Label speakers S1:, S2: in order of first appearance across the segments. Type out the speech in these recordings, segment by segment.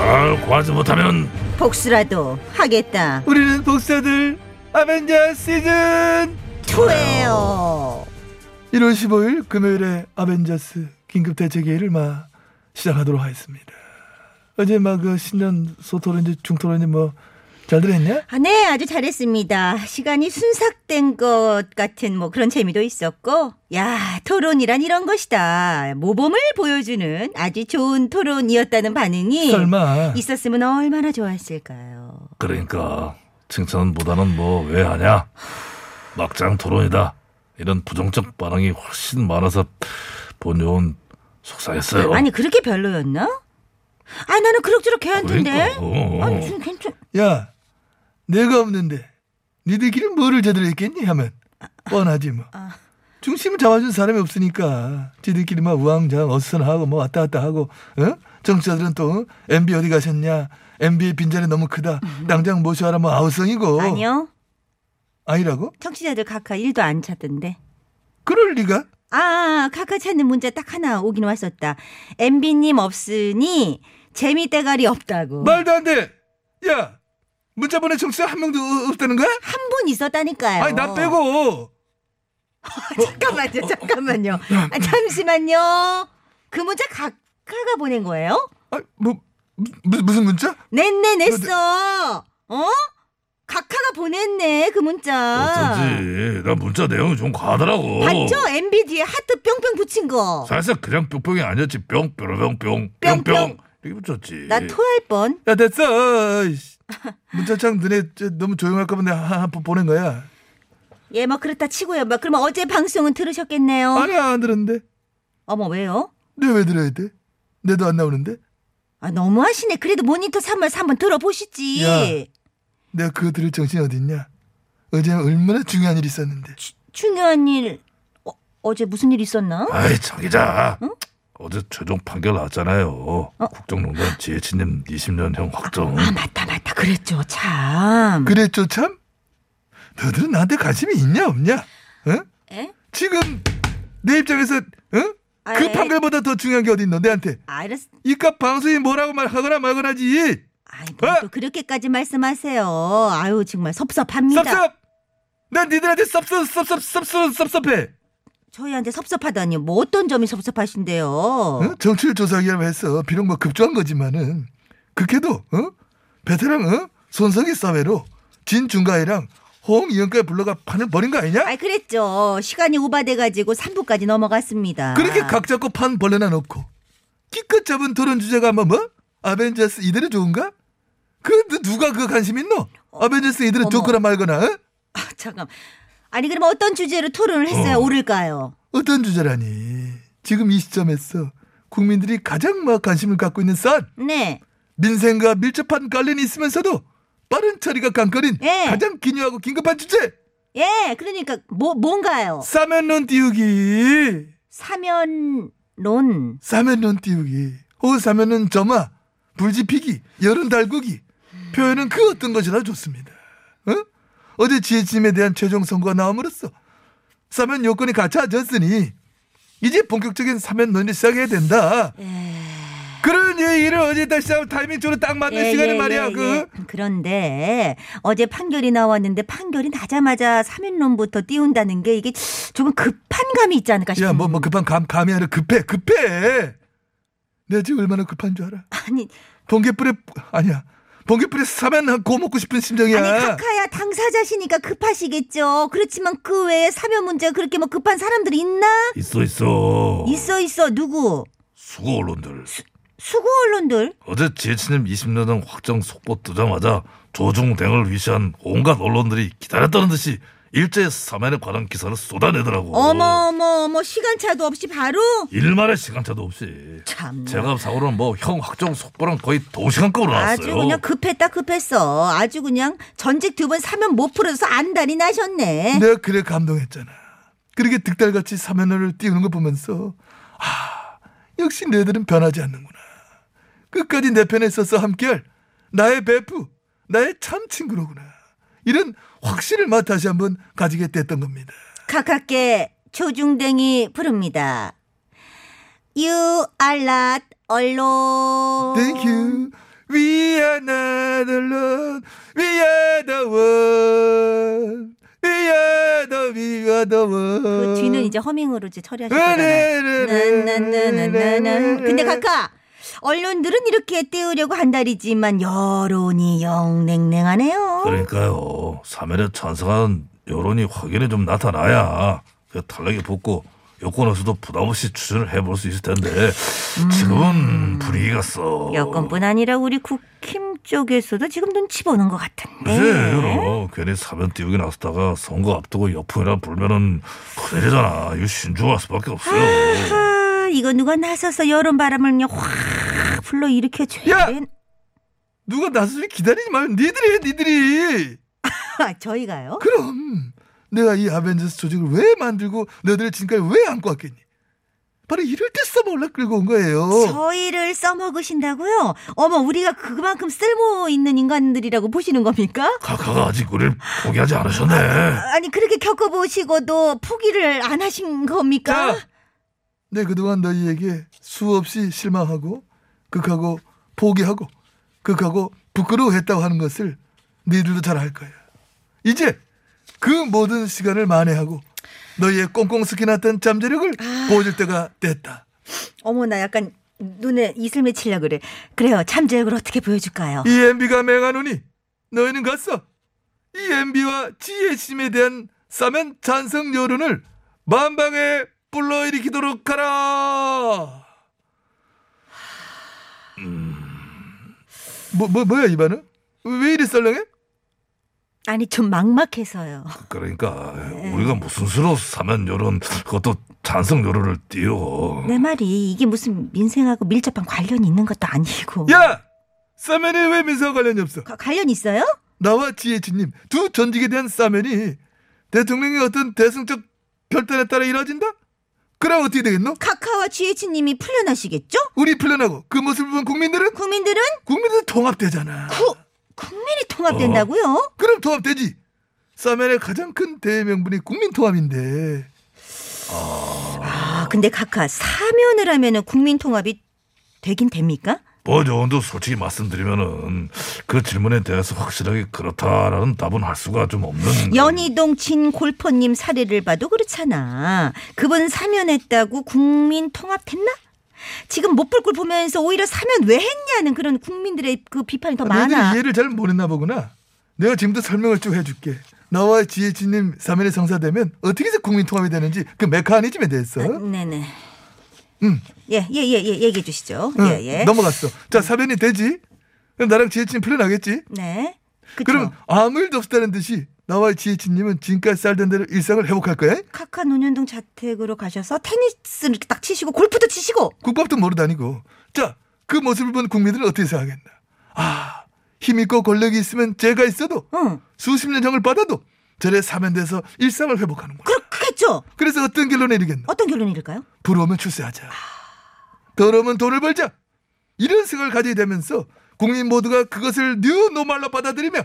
S1: 아, 구하지 못하면
S2: 복수라도 하겠다.
S3: 우리는 복사들 아벤져 시즌
S2: 투예요.
S3: 1월 15일 금요일에 아벤져스 긴급대책회의를 막 시작하도록 하겠습니다. 어제 막 그 신년 소토론지 중토론지 뭐 잘들 했냐?
S2: 아, 네, 아주 잘했습니다. 시간이 순삭된 것 같은 뭐 그런 재미도 있었고, 야, 토론이란 이런 것이다. 모범을 보여주는 아주 좋은 토론이었다는 예. 반응이
S3: 설마
S2: 있었으면 얼마나 좋았을까요.
S1: 그러니까 칭찬보다는 뭐 왜 하냐? 막장 토론이다. 이런 부정적 반응이 훨씬 많아서 본 요원 네, 속상했어요.
S2: 아니, 그렇게 별로였나? 아, 나는 그럭저럭
S1: 그러니까.
S2: 괜찮던데.
S1: 어.
S2: 아니, 무슨 괜찮.
S3: 야 내가 없는데 니들끼리 뭐를 제대로 했겠니 하면 뻔하지 뭐. 중심을 잡아준 사람이 없으니까 지들끼리 막 우왕좌왕 어수선하고 뭐 왔다 갔다 하고 어? 정치자들은 또 어? MB 어디 가셨냐 MB의 빈자리 너무 크다 당장 모셔와라 뭐
S1: 어.
S3: 아우성이고
S2: 아니요.
S3: 아니라고?
S2: 청취자들 각하 일도안 찾던데.
S3: 그럴 리가?
S2: 아, 카카 찾는 문제 딱 하나 오긴 왔었다. MB님 없으니 재미대가리 없다고.
S3: 말도 안 돼. 야, 문자 보낸 정치자 한 명도 없- 없다는 거야?
S2: 한 분 있었다니까요. 아,
S3: 아니 나 빼고.
S2: 잠깐만요, 잠깐만요. 아, 잠시만요. 그 문자 각하가 보낸 거예요?
S3: 아뭐 무슨 무슨 문자?
S2: 냈네, 냈어. 어? 각하가 보냈네, 그 문자.
S1: 어쩐지 나 문자 내용이 좀 과하더라고.
S2: 봤죠? MB 뒤에 하트 뿅뿅 붙인 거.
S1: 사실 그냥 뿅뿅이 아니었지. 뿅 뿅뿅 뿅
S2: 뿅.
S1: 뿅뿅 이렇게 붙였지.
S2: 나
S3: 예.
S2: 토할 뻔.
S3: 야 됐어. 이씨. 문자창 눈에 저- 너무 조용할까 봐 내가 한- 한번 보낸 거야.
S2: 예, 뭐 그렇다 치고요. 뭐 그럼 어제 방송은 들으셨겠네요.
S3: 아니야 안 들었는데.
S2: 어머, 왜요?
S3: 내 왜 들어야 돼? 내도 안 나오는데?
S2: 아, 너무하시네. 그래도 모니터 삼아서 한번 들어보시지.
S3: 야. 내가 그거 들을 정신이 어딨냐? 어제 얼마나 중요한 일이 있었는데.
S2: 주- 중요한 일, 어, 어제 무슨 일 있었나?
S1: 아이 장 기자. 어제 최종 판결 나왔잖아요. 국정농단 지혜진님 20년형 확정.
S2: 어? 아, 맞다, 맞다. 그랬죠, 참.
S3: 음. 그랬죠 참? 너들은 나한테 관심이 있냐 없냐? 어?
S2: 에?
S3: 지금 내 입장에서 어?
S2: 아,
S3: 그
S2: 에.
S3: 판결보다 더 중요한 게 어디 있노 내한테?
S2: 아, 알았어.
S3: 이깟 방송이 뭐라고 말하거나 말거나지
S2: 아이, 뭐
S3: 어?
S2: 또 그렇게까지 말씀하세요. 아유, 정말 섭섭합니다.
S3: 섭섭 난 니들한테 섭섭 섭섭 섭섭 섭섭해
S2: 저희한테 섭섭하다니요. 뭐 어떤 점이 섭섭하신데요?
S3: 어? 정치율 조사기라고 해서 비록 뭐 급조한 거지만은 그렇게도 어? 베테랑 어? 손석희 사회로 진중가이랑 호응위원까지 불러가 판을 벌인 거 아니냐
S2: 아이, 그랬죠. 시간이 오바돼가지고 3부까지 넘어갔습니다.
S3: 그렇게 각 잡고 판 벌려놔 놓고 끼껏 잡은 토론 주제가 뭐 뭐? 아벤져스 이대로 좋은가? 그 누- 누가 그 관심 있노? 아벤져스 이대로
S2: 어머.
S3: 좋거나 말거나 어?
S2: 아, 잠깐. 아니, 그럼 어떤 주제로 토론을 했어야
S1: 어.
S2: 오를까요?
S3: 어떤 주제라니 지금 이 시점에서 국민들이 가장 막 관심을 갖고 있는 싼
S2: 네.
S3: 민생과 밀접한 관련이 있으면서도 빠른 처리가 관건인
S2: 예.
S3: 가장 기묘하고 긴급한 주제
S2: 예, 그러니까, 뭐, 뭔가요?
S3: 사면론 띄우기
S2: 사면론.
S3: 사면론 띄우기 호사면은 점화 불지피기 여름 달구기 표현은 그 어떤 것이나 좋습니다 어? 어제 지혜진에 대한 최종 선고가 나옴으로써 사면 요건이 갖춰졌으니 이제 본격적인 사면 논의 시작해야 된다
S2: 예.
S3: 그런 얘기를 어제 다시 한번 타이밍적으로 딱 맞는 시간에 말이야
S2: 예,
S3: 그
S2: 예. 그런데 어제 판결이 나왔는데 판결이 나자마자 사면론부터 띄운다는 게 이게 조금 급한 감이 있지 않을까 싶어요.
S3: 야, 뭐, 뭐, 급한 감, 감이 아니라 급해, 급해! 내가 지금 얼마나 급한 줄 알아?
S2: 아니,
S3: 번개불에, 아니야. 번개불에 사면 한 구워 먹고 싶은 심정이야.
S2: 아니 카카야 당사자시니까 급하시겠죠. 그렇지만 그 외에 사면 문제가 그렇게 뭐 급한 사람들이 있나?
S1: 있어 있어.
S2: 있어 있어 누구?
S1: 수고 언론들.
S2: 수고 언론들.
S1: 어제 지혜진님 20년형 확정 속보 뜨자마자 조중댕을 위시한 온갖 언론들이 기다렸다는 듯이 일제 사면에 관한 기사를 쏟아내더라고.
S2: 어머 어머 어머 시간차도 없이 바로
S1: 일말의 시간차도 없이.
S2: 참.
S1: 제가 사고는 뭐 형 학종 속보랑 거의 동시간급으로
S2: 아주
S1: 나왔어요.
S2: 그냥 급했다 급했어. 아주 그냥 전직 두 번 사면 못 풀어서 안달이 나셨네.
S3: 내가 그래 감동했잖아. 그렇게 득달같이 사면을 띄우는 거 보면서 아 역시 너희들은 변하지 않는구나. 끝까지 내 편에 서서 함께할 나의 베프, 나의 참 친구로구나. 이런 확신을 막 다시 한번 가지게 됐던 겁니다.
S2: 가깝게 조중댕이 부릅니다. You are not alone.
S3: Thank you. We are not alone. We are the one. We are the we are the one.
S2: 그 뒤는 이제 허밍으로 이제 처리하실 거잖아요. 나나나나나나. 근데
S3: 근데
S2: 각하 언론들은 이렇게 띄우려고 한달이지만 여론이 영냉냉하네요.
S1: 그러니까요. 사면에 찬성한 여론이 확연히 좀 나타나야 그 탄력이 붙고 여권에서도 부담 없이 추진을 해볼 수 있을 텐데 지금은 분위기가 써.
S2: 음. 여권뿐 아니라 우리 국힘 쪽에서도 지금 눈치 보는 것 같은데.
S1: 그치, 그럼. 네. 괜히 사면 띄우기 나섰다가 선거 앞두고 여풍이라 불면은 큰일이잖아. 이거 신중할 수밖에 없어요.
S2: 아하, 이거 누가 나서서 여론 바람을 그냥 확 불러 일으켜
S3: 야!
S2: 줘야 된.
S3: 누가 나서지 기다리지 말고 니들이 해, 니들이.
S2: 아, 저희가요?
S3: 그럼 내가 이 아벤져스 조직을 왜 만들고 너희들 지금까지 왜 안고 왔겠니? 바로 이럴 때 써먹으려 끌고 온 거예요.
S2: 저희를 써먹으신다고요? 어머, 우리가 그만큼 쓸모 있는 인간들이라고 보시는 겁니까?
S1: 카카가 아직 우리를 포기하지 않으셨네.
S2: 아니 그렇게 겪어보시고도 포기를 안 하신 겁니까?
S3: 자, 내 그동안 너희에게 수없이 실망하고 극하고 포기하고 극하고 부끄러워했다고 하는 것을 너희들도 잘 알 거야. 이제 그 모든 시간을 만회하고 너희의 꽁꽁 스키났던 잠재력을
S2: 아.
S3: 보여줄 때가 됐다.
S2: 어머 나 약간 눈에 이슬 맺히려 그래. 그래요. 잠재력을 어떻게 보여줄까요?
S3: 이 MB가 맹하노니 너희는 갔어. 이 MB와 GHM에 대한 싸면 찬성 여론을 만방에 불러일으키도록 하라. 음. 뭐, 뭐, 뭐야, 이반은? 왜 이리 썰렁해?
S2: 아니 좀 막막해서요.
S1: 그러니까 우리가 무슨 수로 사면 여론 그것도 찬성 여론을 띄워.
S2: 내 말이 이게 무슨 민생하고 밀접한 관련이 있는 것도 아니고.
S3: 야! 싸면에 왜 민사와 관련이 없어?
S2: 가- 관련 있어요?
S3: 나와 GH님 두 전직에 대한 싸면이 대통령의 어떤 대승적 결단에 따라 이루어진다? 그럼 어떻게 되겠노?
S2: 카카와 GH님이 풀려나시겠죠?
S3: 우리 풀려나고 그 모습을 본 국민들은
S2: 국민들은
S3: 국민들 통합되잖아.
S2: 구, 국민이 통합된다고요?
S3: 그럼 통합되지. 싸면의 가장 큰 대명분이 국민 통합인데.
S2: 아 근데 카카 사면을 하면은 국민 통합이 되긴 됩니까?
S1: 뭐 버저원도 솔직히 말씀드리면은 그 질문에 대해서 확실하게 그렇다라는 답은 할 수가 좀
S3: 네.
S1: 없는.
S2: 연희동 진 골퍼님 사례를 봐도 그렇잖아. 그분 사면했다고 국민 통합했나? 지금 못볼걸 보면서 오히려 사면 왜 했냐는 그런 국민들의 그 비판이 더 많아.
S3: 너희들이 이해를 잘 못했나 보구나. 내가 지금부터 설명을 쭉 해줄게. 나와 지혜진님 사면이 성사되면 어떻게 해서 국민 통합이 되는지 그 메커니즘에 대해서.
S2: 아, 네네.
S3: 음.
S2: 예, 예, 예, 예, 얘기해 주시죠.
S3: 응,
S2: 예, 예.
S3: 넘어갔어. 자 사면이 되지. 그럼 나랑 지혜진 풀려나겠지.
S2: 네. 그쵸.
S3: 그럼 아무 일도 없다는 듯이 나와 지혜진님은 지금까지 살던 대로 일상을 회복할 거야.
S2: 카카 논현동 자택으로 가셔서 테니스를 이렇게 딱 치시고 골프도 치시고
S3: 국밥도 모르다니고. 자, 그 모습을 본 국민들은 어떻게 생각했나? 아, 힘있고 권력이 있으면 죄가 있어도
S2: 응.
S3: 수십 년 형을 받아도 저래 사면돼서 일상을 회복하는구나.
S2: 그렇겠죠.
S3: 그래서 어떤 결론을 이르겠나?
S2: 어떤 결론일까요?
S3: 부러우면 출세하자. 더러우면 돈을 벌자. 이런 생각을 가지게 되면서 국민 모두가 그것을 뉴 노말로 받아들이며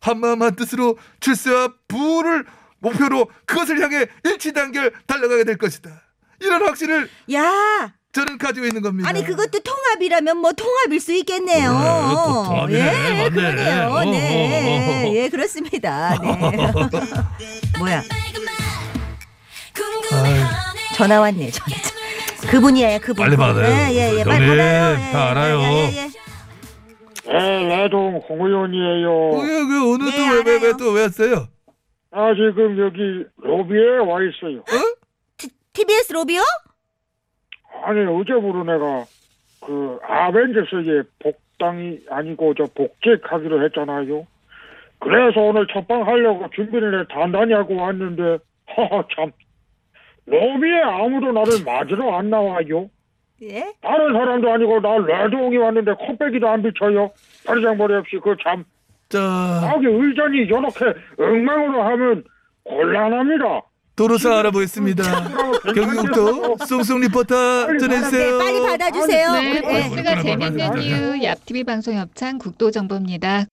S3: 한마음 한뜻으로 출세와 부를 목표로 그것을 향해 일치단결 달려가게 될 것이다. 이런 확신을
S2: 야,
S3: 저는 가지고 있는 겁니다.
S2: 아니 그것도 통합이라면 뭐 통합일 수 있겠네요.
S1: 그래, 또 네. 어, 통합이네.
S2: 예,
S1: 맞네.
S2: 그러네요.
S1: 어,
S2: 네,
S1: 어, 어.
S2: 예, 그렇습니다. 네. 뭐야? 전화 왔네. 전화. 그분이에요. 그분.
S1: 빨리 받아요.
S2: 예, 예, 예. 빨리
S1: 형님,
S2: 받아요. 예,
S1: 다
S2: 예,
S1: 알아요.
S2: 예, 예, 예.
S4: 네, 라동 홍의원이에요
S3: 어, 예, 그 오늘
S2: 네,
S3: 또 왜 왜
S2: 알아요.
S3: 왜 또 왜 왔어요?
S4: 아, 지금 여기 로비에 와 있어요.
S2: 티- TBS 로비요?
S4: 아니, 어제부로 내가 그 아벤져스의 복당이 아니고 저 복직하기로 했잖아요. 그래서 오늘 첫방 하려고 준비를 해 단단히 하고 왔는데 허허 참 로비에 아무도 나를 맞으러 안 나와요.
S2: 예?
S4: 다른 사람도 아니고 나 레드홍이 왔는데 코빼기도 안 비쳐요. 파리장머리 없이 그참
S3: 자,
S4: 거기 의전이 이렇게 엉망으로 하면 곤란합니다.
S3: 도로상 알아보겠습니다. 경기국도 송송 리포터
S2: 아, 네,
S3: 전해주세요.
S2: 빨리 받아주세요.
S5: 네,
S2: 네.
S5: 버스가 재밌는 이유 얍TV 방송 협찬 국도정보입니다.